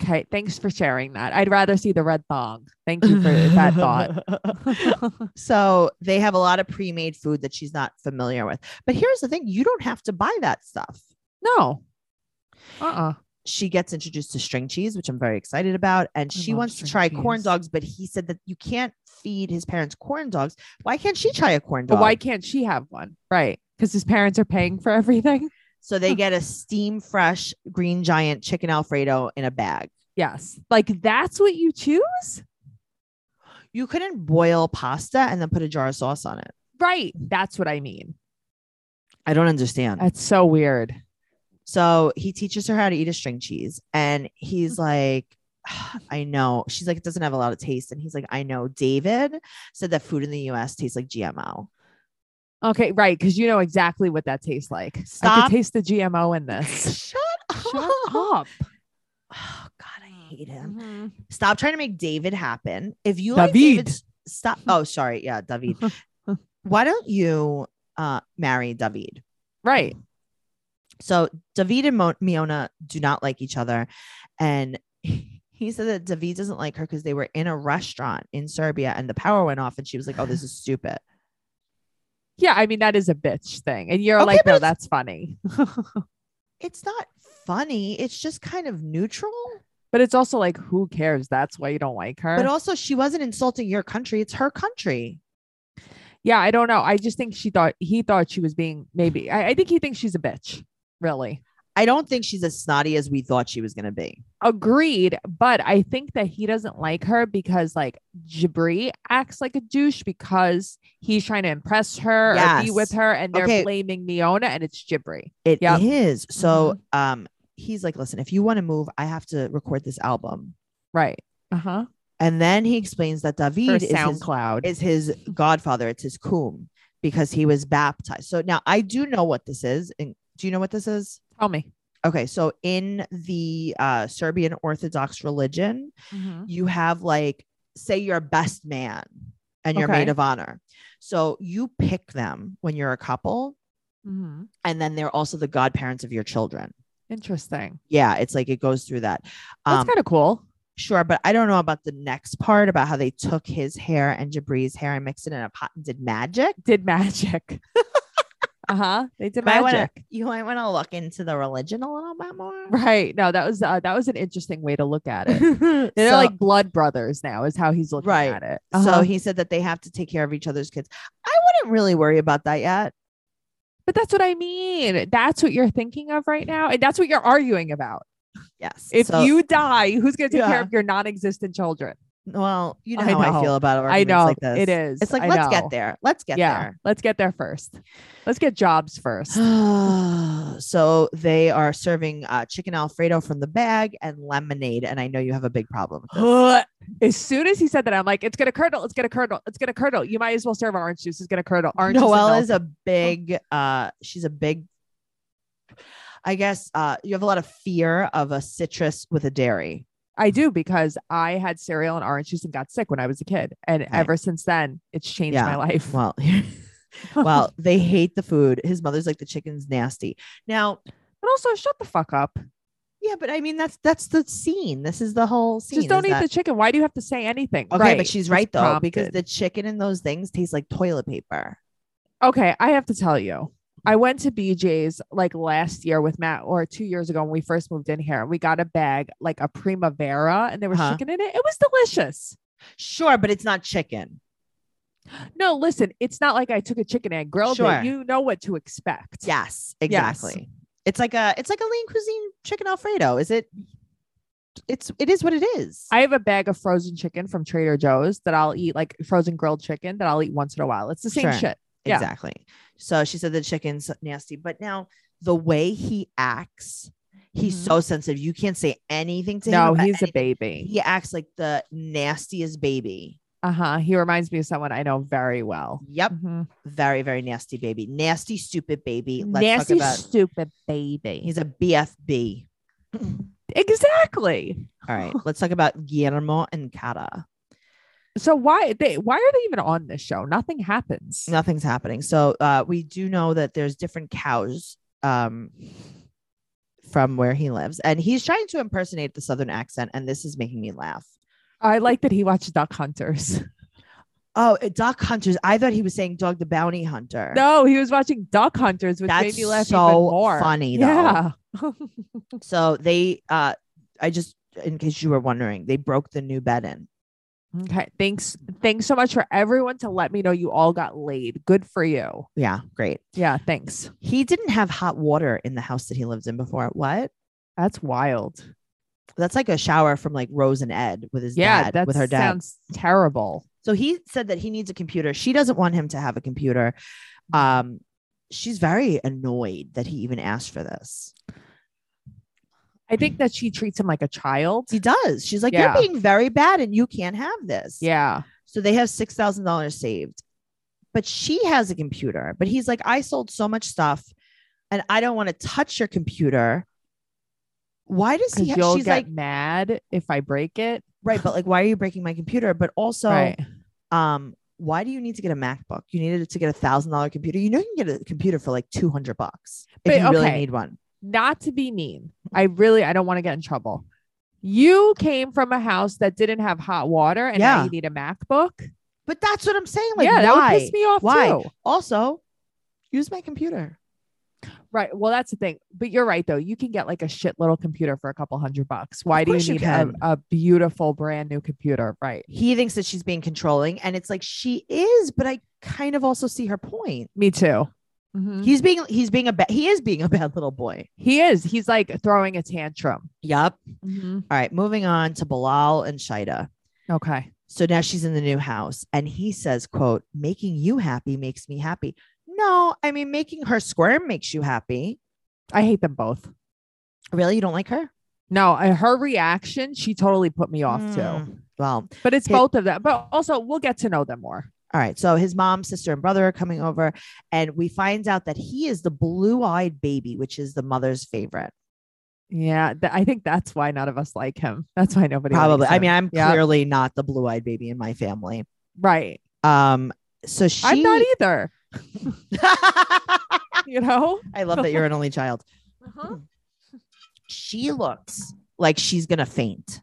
[SPEAKER 3] Okay, thanks for sharing that. I'd rather see the red thong. Thank you for that thought.
[SPEAKER 2] so they have a lot of pre made food that she's not familiar with. But here's the thing you don't have to buy that stuff.
[SPEAKER 3] No. Uh uh
[SPEAKER 2] She gets introduced to string cheese, which I'm very excited about. And
[SPEAKER 3] I
[SPEAKER 2] she
[SPEAKER 3] love
[SPEAKER 2] wants to try
[SPEAKER 3] string
[SPEAKER 2] corn
[SPEAKER 3] cheese.
[SPEAKER 2] dogs, but he said that you can't feed his parents corn dogs. Why can't she try a corn dog?
[SPEAKER 3] But why can't she have one? Right. Because his parents are paying for everything.
[SPEAKER 2] So they
[SPEAKER 3] Huh.
[SPEAKER 2] get a steam fresh green giant chicken Alfredo in a bag.
[SPEAKER 3] Yes. Like that's what you choose?
[SPEAKER 2] You couldn't boil pasta and then put a jar of sauce on it.
[SPEAKER 3] Right. That's what I mean.
[SPEAKER 2] I don't understand.
[SPEAKER 3] That's so weird.
[SPEAKER 2] So he teaches her how to eat a string cheese and
[SPEAKER 3] Mm-hmm.
[SPEAKER 2] he's like, I know. She's like, it doesn't have a lot of taste. And he's like, I know. David said that food in the US tastes like GMO.
[SPEAKER 3] Okay, right. Because you know exactly what that tastes like. I
[SPEAKER 2] Stop.
[SPEAKER 3] could taste the GMO in this.
[SPEAKER 2] Shut up.
[SPEAKER 3] Shut up.
[SPEAKER 2] Oh, God, I hate him. Stop trying to make David happen. If you like
[SPEAKER 3] David.
[SPEAKER 2] David, stop. Oh, sorry. Yeah, David. Why don't you uh, marry David?
[SPEAKER 3] Right.
[SPEAKER 2] So David and Mo- Miona do not like each other. And he said that David doesn't like her because they were in a restaurant in Serbia and the power went off and she was like, oh, this is stupid.
[SPEAKER 3] Yeah. I mean, that is a bitch thing. And you're
[SPEAKER 2] Okay,
[SPEAKER 3] like,
[SPEAKER 2] but
[SPEAKER 3] no,
[SPEAKER 2] it's-
[SPEAKER 3] that's funny.
[SPEAKER 2] It's not funny. It's just kind of neutral.
[SPEAKER 3] But it's also like, who cares? That's why you don't like her.
[SPEAKER 2] But also, she wasn't insulting your country. It's her country.
[SPEAKER 3] yeah, I don't know. I just think she thought he thought she was being maybe. I, I think he thinks she's a bitch. Really
[SPEAKER 2] I don't think she's as snotty as we thought she was going to be.
[SPEAKER 3] agreed. But I think that he doesn't like her because like Jabri acts like a douche because he's trying to impress her or be
[SPEAKER 2] Yes.
[SPEAKER 3] with her, and they're
[SPEAKER 2] Okay.
[SPEAKER 3] blaming Neona, and it's Jabri.
[SPEAKER 2] It is
[SPEAKER 3] Yep.
[SPEAKER 2] So um, he's like, listen, if you want to move, I have to record this album.
[SPEAKER 3] Right. Uh huh.
[SPEAKER 2] And then he explains that
[SPEAKER 3] Or
[SPEAKER 2] David Uh-huh. is his,
[SPEAKER 3] SoundCloud.
[SPEAKER 2] is his godfather. It's his coom because he was baptized. So now I do know what this is. And do you know what this is?
[SPEAKER 3] Tell me.
[SPEAKER 2] Okay, so in the uh, Serbian Orthodox religion, you have like say your best man and your maid
[SPEAKER 3] Okay.
[SPEAKER 2] of honor. So you pick them when you're a couple,
[SPEAKER 3] Mhm.
[SPEAKER 2] and then they're also the godparents of your children.
[SPEAKER 3] Interesting.
[SPEAKER 2] Yeah, it's like it goes through that.
[SPEAKER 3] That's
[SPEAKER 2] Um,
[SPEAKER 3] kind of cool.
[SPEAKER 2] sure, but I don't know about the next part about how they took his hair and Jabri's hair and mixed it in a pot and did magic.
[SPEAKER 3] Did magic. uh huh. They did
[SPEAKER 2] You might wanna-
[SPEAKER 3] magic.
[SPEAKER 2] you might want to look into the religion a little bit more.
[SPEAKER 3] Right. No, that was uh, that was an interesting way to look at it. They're
[SPEAKER 2] So-
[SPEAKER 3] like blood brothers now, is how he's looking
[SPEAKER 2] Right.
[SPEAKER 3] at it.
[SPEAKER 2] So
[SPEAKER 3] Uh-huh.
[SPEAKER 2] he said that they have to take care of each other's kids. I wouldn't really worry about that yet.
[SPEAKER 3] but that's what I mean. That's what you're thinking of right now, and that's what you're arguing about.
[SPEAKER 2] Yes.
[SPEAKER 3] If
[SPEAKER 2] So-
[SPEAKER 3] you die, who's going to take
[SPEAKER 2] Yeah.
[SPEAKER 3] care of your non-existent children?
[SPEAKER 2] well, you know
[SPEAKER 3] I
[SPEAKER 2] how I
[SPEAKER 3] know.
[SPEAKER 2] feel about
[SPEAKER 3] I
[SPEAKER 2] arguments
[SPEAKER 3] know
[SPEAKER 2] like this.
[SPEAKER 3] it is.
[SPEAKER 2] It's like
[SPEAKER 3] I
[SPEAKER 2] let's
[SPEAKER 3] know.
[SPEAKER 2] get there. Let's get
[SPEAKER 3] yeah,
[SPEAKER 2] there.
[SPEAKER 3] let's get there first. Let's get jobs first.
[SPEAKER 2] so they are serving uh, chicken alfredo from the bag and lemonade, and I know you have a big problem. With this.
[SPEAKER 3] as soon as he said that, I'm like, it's going to curdle. It's going to curdle. It's going to curdle. You might as well serve orange juice. It's going to curdle. Orange juice and
[SPEAKER 2] Noelle
[SPEAKER 3] milk.
[SPEAKER 2] is a big. Uh, she's a big. I guess uh, you have a lot of fear of a citrus with a dairy.
[SPEAKER 3] I do because I had cereal and orange juice and got sick when I was a kid. And
[SPEAKER 2] Okay.
[SPEAKER 3] ever since then, it's changed
[SPEAKER 2] Yeah.
[SPEAKER 3] my life.
[SPEAKER 2] Well, well, they hate the food. His mother's like the chicken's nasty. Now,
[SPEAKER 3] but also shut the fuck up.
[SPEAKER 2] yeah, but I mean that's that's the scene. This is the whole scene.
[SPEAKER 3] Just don't
[SPEAKER 2] is
[SPEAKER 3] eat
[SPEAKER 2] that-
[SPEAKER 3] the chicken. Why do you have to say anything?
[SPEAKER 2] Okay,
[SPEAKER 3] right.
[SPEAKER 2] but she's
[SPEAKER 3] It's
[SPEAKER 2] right though because
[SPEAKER 3] prompted.
[SPEAKER 2] the chicken and those things taste like toilet paper.
[SPEAKER 3] okay, I have to tell you. I went to BJ's like last year with Matt or two years ago when we first moved in here. and We got a bag, like a primavera, and there was
[SPEAKER 2] Huh.
[SPEAKER 3] chicken in it. It was delicious.
[SPEAKER 2] Sure, but it's not chicken.
[SPEAKER 3] No, listen, it's not like I took a chicken and grilled
[SPEAKER 2] Sure.
[SPEAKER 3] it. You know what to expect.
[SPEAKER 2] Yes, exactly. It's like a it's like a lean cuisine chicken alfredo. Is it? It's it is what it is.
[SPEAKER 3] I have a bag of frozen chicken from Trader Joe's that I'll eat, like frozen grilled chicken that I'll eat once in a while. It's the same
[SPEAKER 2] Sure.
[SPEAKER 3] shit. yeah.
[SPEAKER 2] exactly. So she said the chicken's nasty, but now the way he acts, he's
[SPEAKER 3] Mhm.
[SPEAKER 2] so sensitive. You can't say anything to him.
[SPEAKER 3] No,
[SPEAKER 2] about
[SPEAKER 3] he's a
[SPEAKER 2] anything.
[SPEAKER 3] baby.
[SPEAKER 2] He acts like the nastiest baby.
[SPEAKER 3] Uh huh. He reminds me of someone I know very well.
[SPEAKER 2] Yep,
[SPEAKER 3] Mhm.
[SPEAKER 2] very very nasty baby. Nasty stupid baby. Let's
[SPEAKER 3] Nasty,
[SPEAKER 2] talk about.
[SPEAKER 3] stupid baby.
[SPEAKER 2] He's a BFB.
[SPEAKER 3] exactly.
[SPEAKER 2] All right, let's talk about Guillermo and Cara.
[SPEAKER 3] So why they? Why are they even on this show? Nothing happens.
[SPEAKER 2] Nothing's happening. So uh, we do know that there's different cows um, from where he lives, and he's trying to impersonate the southern accent, and this is making me laugh.
[SPEAKER 3] I like that he watched Duck Hunters.
[SPEAKER 2] Oh, uh, Doc Hunters! I thought he was saying Dog the Bounty Hunter.
[SPEAKER 3] No, he was watching Duck Hunters, which
[SPEAKER 2] That's
[SPEAKER 3] made me laugh
[SPEAKER 2] so
[SPEAKER 3] even more.
[SPEAKER 2] funny, though.
[SPEAKER 3] Yeah.
[SPEAKER 2] So they, uh, I just, in case you were wondering, they broke the new bed in.
[SPEAKER 3] okay. Thanks. Thanks so much for everyone to let me know you all got laid. Good for you.
[SPEAKER 2] Yeah, great.
[SPEAKER 3] Yeah. Thanks.
[SPEAKER 2] He didn't have hot water in the house that he lived in before. What?
[SPEAKER 3] That's wild.
[SPEAKER 2] That's like a shower from like Rose and Ed with his
[SPEAKER 3] yeah.
[SPEAKER 2] dad,
[SPEAKER 3] that
[SPEAKER 2] with her dad.
[SPEAKER 3] sounds terrible.
[SPEAKER 2] So he said that he needs a computer. She doesn't want him to have a computer. Um, she's very annoyed that he even asked for this.
[SPEAKER 3] I think that she treats him like a child.
[SPEAKER 2] He does. She's like,
[SPEAKER 3] Yeah.
[SPEAKER 2] You're being very bad and you can't have this.
[SPEAKER 3] Yeah.
[SPEAKER 2] So they have $6,000 saved. But she has a computer. But he's like, I sold so much stuff and I don't want to touch your computer. Why does he?
[SPEAKER 3] Because
[SPEAKER 2] Ha-
[SPEAKER 3] you'll
[SPEAKER 2] she's
[SPEAKER 3] get
[SPEAKER 2] like,
[SPEAKER 3] mad if I break it.
[SPEAKER 2] Right. But like, why are you breaking my computer? But also,
[SPEAKER 3] right.
[SPEAKER 2] um why do you need to get a macbook you needed to get a thousand dollar computer you know you can get a computer for like 200 bucks if
[SPEAKER 3] But,
[SPEAKER 2] you really
[SPEAKER 3] okay.
[SPEAKER 2] need one
[SPEAKER 3] not to be mean. I really I don't want to get in trouble. You came from a house that didn't have hot water and now
[SPEAKER 2] Yeah.
[SPEAKER 3] you need a MacBook.
[SPEAKER 2] but that's what i'm saying like
[SPEAKER 3] yeah,
[SPEAKER 2] why
[SPEAKER 3] that would piss me off
[SPEAKER 2] Why?
[SPEAKER 3] too.
[SPEAKER 2] also use my computer
[SPEAKER 3] Right. Well, that's the thing. But you're right though. You can get like a shit little computer for a couple hundred bucks. Why do you
[SPEAKER 2] course you
[SPEAKER 3] need
[SPEAKER 2] can.
[SPEAKER 3] a, a beautiful brand new computer? Right.
[SPEAKER 2] He thinks that she's being controlling, and it's like she is, but I kind of also see her point.
[SPEAKER 3] Me too. Mhm.
[SPEAKER 2] He's being he's being a ba- he is being a bad little boy.
[SPEAKER 3] He is. He's like throwing a tantrum.
[SPEAKER 2] Yup. All right, moving on to Bilal and Shida.
[SPEAKER 3] Okay.
[SPEAKER 2] So now she's in the new house and he says, quote, making you happy makes me happy. No, I mean making her squirm makes you happy.
[SPEAKER 3] I hate them both.
[SPEAKER 2] Really? You don't like her?
[SPEAKER 3] No, I- her reaction, she totally put me off too.
[SPEAKER 2] Mm, Well,
[SPEAKER 3] But it's
[SPEAKER 2] Hit-
[SPEAKER 3] both of them. But also, we'll get to know them more.
[SPEAKER 2] all right. So his mom, sister, and brother are coming over, and we finds out that he is the blue-eyed baby, which is the mother's favorite.
[SPEAKER 3] Yeah, th- I think that's why none of us like him. That's why nobody. likes
[SPEAKER 2] Probably. I
[SPEAKER 3] him.
[SPEAKER 2] mean, I'm
[SPEAKER 3] Yeah.
[SPEAKER 2] clearly not the blue-eyed baby in my family.
[SPEAKER 3] right?
[SPEAKER 2] Um, so she
[SPEAKER 3] I'm not e- either. You know,
[SPEAKER 2] I love that you're an only child.
[SPEAKER 1] Uh-huh.
[SPEAKER 2] She looks like she's gonna faint.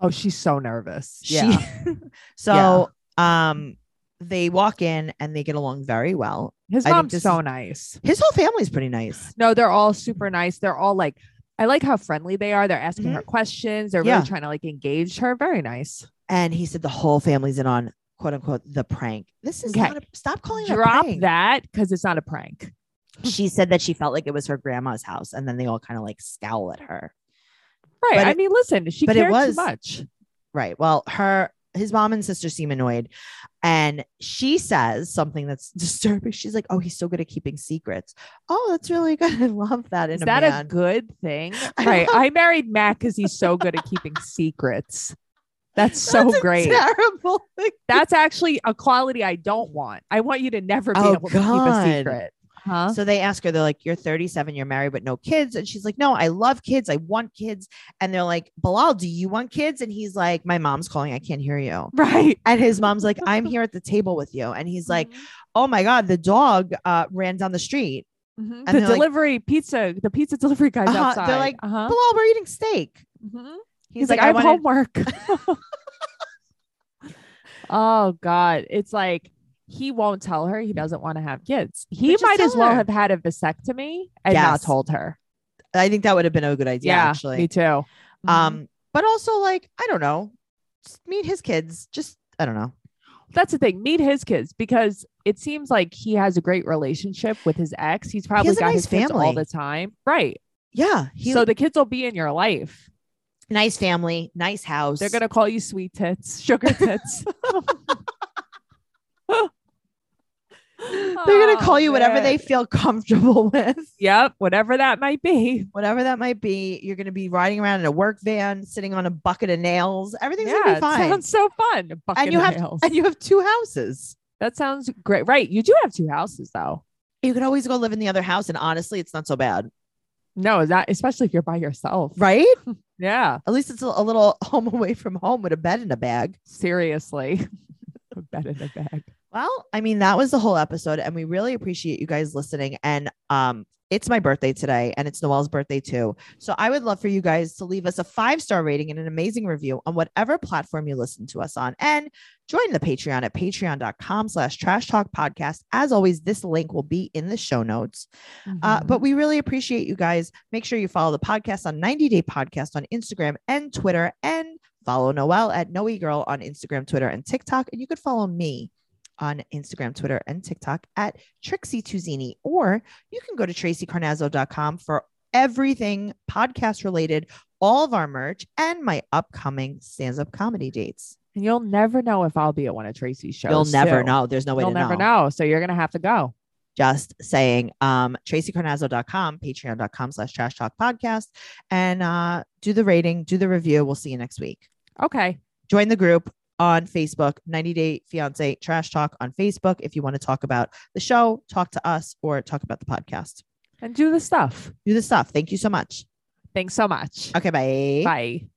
[SPEAKER 3] oh, she's so nervous.
[SPEAKER 2] She-
[SPEAKER 3] yeah,
[SPEAKER 2] so um they walk in and they get along very well.
[SPEAKER 3] his
[SPEAKER 2] I think
[SPEAKER 3] mom's
[SPEAKER 2] this
[SPEAKER 3] so
[SPEAKER 2] is-
[SPEAKER 3] nice.
[SPEAKER 2] His whole family's pretty nice.
[SPEAKER 3] No, they're all super nice. They're all like, I like how friendly they are. They're asking
[SPEAKER 2] Mhm.
[SPEAKER 3] her questions. They're
[SPEAKER 2] Yeah.
[SPEAKER 3] really trying to like engage her. Very nice.
[SPEAKER 2] And he said the whole family's in on quote unquote the prank. This is
[SPEAKER 3] Okay.
[SPEAKER 2] not a, stop calling it a
[SPEAKER 3] Drop
[SPEAKER 2] prank.
[SPEAKER 3] that because it's not a prank.
[SPEAKER 2] She said that she felt like it was her grandma's house, and then they all kind of like scowl at her.
[SPEAKER 3] Right.
[SPEAKER 2] But
[SPEAKER 3] I
[SPEAKER 2] it-
[SPEAKER 3] mean, listen, she
[SPEAKER 2] but it
[SPEAKER 3] cared
[SPEAKER 2] was-
[SPEAKER 3] too much.
[SPEAKER 2] Right. Well, her his mom and sister seem annoyed. And she says something that's disturbing. She's like, Oh, he's so good at keeping secrets. Oh, that's really good. I love that. In
[SPEAKER 3] Is
[SPEAKER 2] a
[SPEAKER 3] that
[SPEAKER 2] man.
[SPEAKER 3] a good thing?
[SPEAKER 2] I
[SPEAKER 3] right.
[SPEAKER 2] love-
[SPEAKER 3] I married Matt because he's so good at keeping secrets. That's so
[SPEAKER 2] That's a
[SPEAKER 3] great.
[SPEAKER 2] Terrible.
[SPEAKER 3] That's actually a quality I don't want. I want you to never be
[SPEAKER 2] Oh,
[SPEAKER 3] able
[SPEAKER 2] God.
[SPEAKER 3] to keep a secret. Huh?
[SPEAKER 2] So they ask her, they're like, You're 37, you're married, but no kids. And she's like, No, I love kids. I want kids. And they're like, Bilal, do you want kids? And he's like, My mom's calling. I can't hear you.
[SPEAKER 3] Right.
[SPEAKER 2] And his mom's like, I'm here at the table with you. And he's
[SPEAKER 3] Mm.
[SPEAKER 2] like, Oh my God, the dog uh, ran down the street.
[SPEAKER 3] Mhm.
[SPEAKER 2] and
[SPEAKER 3] the
[SPEAKER 2] they're like-
[SPEAKER 3] delivery pizza, the pizza delivery guy's
[SPEAKER 2] Uh-huh, they're
[SPEAKER 3] outside.
[SPEAKER 2] like,
[SPEAKER 3] uh-huh.
[SPEAKER 2] Bilal, we're eating steak.
[SPEAKER 3] Mhm.
[SPEAKER 2] He's, like, I,
[SPEAKER 3] have
[SPEAKER 2] wanted-
[SPEAKER 3] homework. oh God. It's like he won't tell her he doesn't want to have kids. He
[SPEAKER 2] just
[SPEAKER 3] might as
[SPEAKER 2] tell
[SPEAKER 3] well
[SPEAKER 2] her.
[SPEAKER 3] have had a vasectomy and not
[SPEAKER 2] Yes.
[SPEAKER 3] told her.
[SPEAKER 2] I think that would have been a good idea,
[SPEAKER 3] Yeah,
[SPEAKER 2] actually.
[SPEAKER 3] me too. Mhm.
[SPEAKER 2] Um, but also like, I don't know, just meet his kids. Just I don't know.
[SPEAKER 3] that's the thing. Meet his kids because it seems like he has a great relationship with his ex. He's probably
[SPEAKER 2] has a
[SPEAKER 3] got
[SPEAKER 2] nice
[SPEAKER 3] his kids all
[SPEAKER 2] family.
[SPEAKER 3] the time, right?
[SPEAKER 2] Yeah. He,
[SPEAKER 3] so the kids will be in your life.
[SPEAKER 2] nice family, nice house.
[SPEAKER 3] They're gonna call you sweet tits, sugar tits.
[SPEAKER 2] they're gonna call you whatever they feel comfortable with,
[SPEAKER 3] Oh, Yep, whatever that might be.
[SPEAKER 2] whatever that might be. You're gonna be riding around in a work van, sitting on a bucket of nails. Everything's
[SPEAKER 3] yeah,
[SPEAKER 2] gonna
[SPEAKER 3] it
[SPEAKER 2] be fine.
[SPEAKER 3] sounds so fun. Bucket
[SPEAKER 2] you have-
[SPEAKER 3] nails.
[SPEAKER 2] and you have two houses.
[SPEAKER 3] that sounds great. Right, you do have two houses though.
[SPEAKER 2] You could always go live in the other house, and honestly, it's not so bad,
[SPEAKER 3] No, is that especially if you're by yourself.
[SPEAKER 2] right?
[SPEAKER 3] Yeah,
[SPEAKER 2] At least it's a, a little home away from home with a bed and a bag.
[SPEAKER 3] seriously. A bed in a bag.
[SPEAKER 2] Well, I mean, that was the whole episode, and we really appreciate you guys listening. And um, it's my birthday today, and it's Noelle's birthday too. So I would love for you guys to leave us a five star rating and an amazing review on whatever platform you listen to us on, and join the Patreon at patreon.com/slash Trash Talk Podcast. As always, this link will be in the show notes. Uh,
[SPEAKER 3] Mhm.
[SPEAKER 2] but we really appreciate you guys. Make sure you follow the podcast on 90 Day Podcast on Instagram and Twitter, and follow Noelle at Noe Girl on Instagram, Twitter, and TikTok. And you could follow me on Instagram, Twitter, and TikTok at Trixie Tuzini, or you can go to tracycarnazzo.com for everything podcast related, all of our merch, and my upcoming stands up comedy dates.
[SPEAKER 3] And you'll never know if I'll be at one of Tracy's shows.
[SPEAKER 2] You'll never
[SPEAKER 3] too.
[SPEAKER 2] know. There's no way
[SPEAKER 3] You'll
[SPEAKER 2] to
[SPEAKER 3] never
[SPEAKER 2] know.
[SPEAKER 3] know. So you're gonna have to go.
[SPEAKER 2] just saying um tracycarnazzo.com patreon.com slash trash talk podcast and uh do the rating do the review we'll see you next week
[SPEAKER 3] Okay.
[SPEAKER 2] join the group on facebook 90 day fiance trash talk on facebook if you want to talk about the show talk to us or talk about the podcast
[SPEAKER 3] And do the stuff.
[SPEAKER 2] do the stuff thank you so much
[SPEAKER 3] Thanks so much.
[SPEAKER 2] okay bye
[SPEAKER 3] Bye.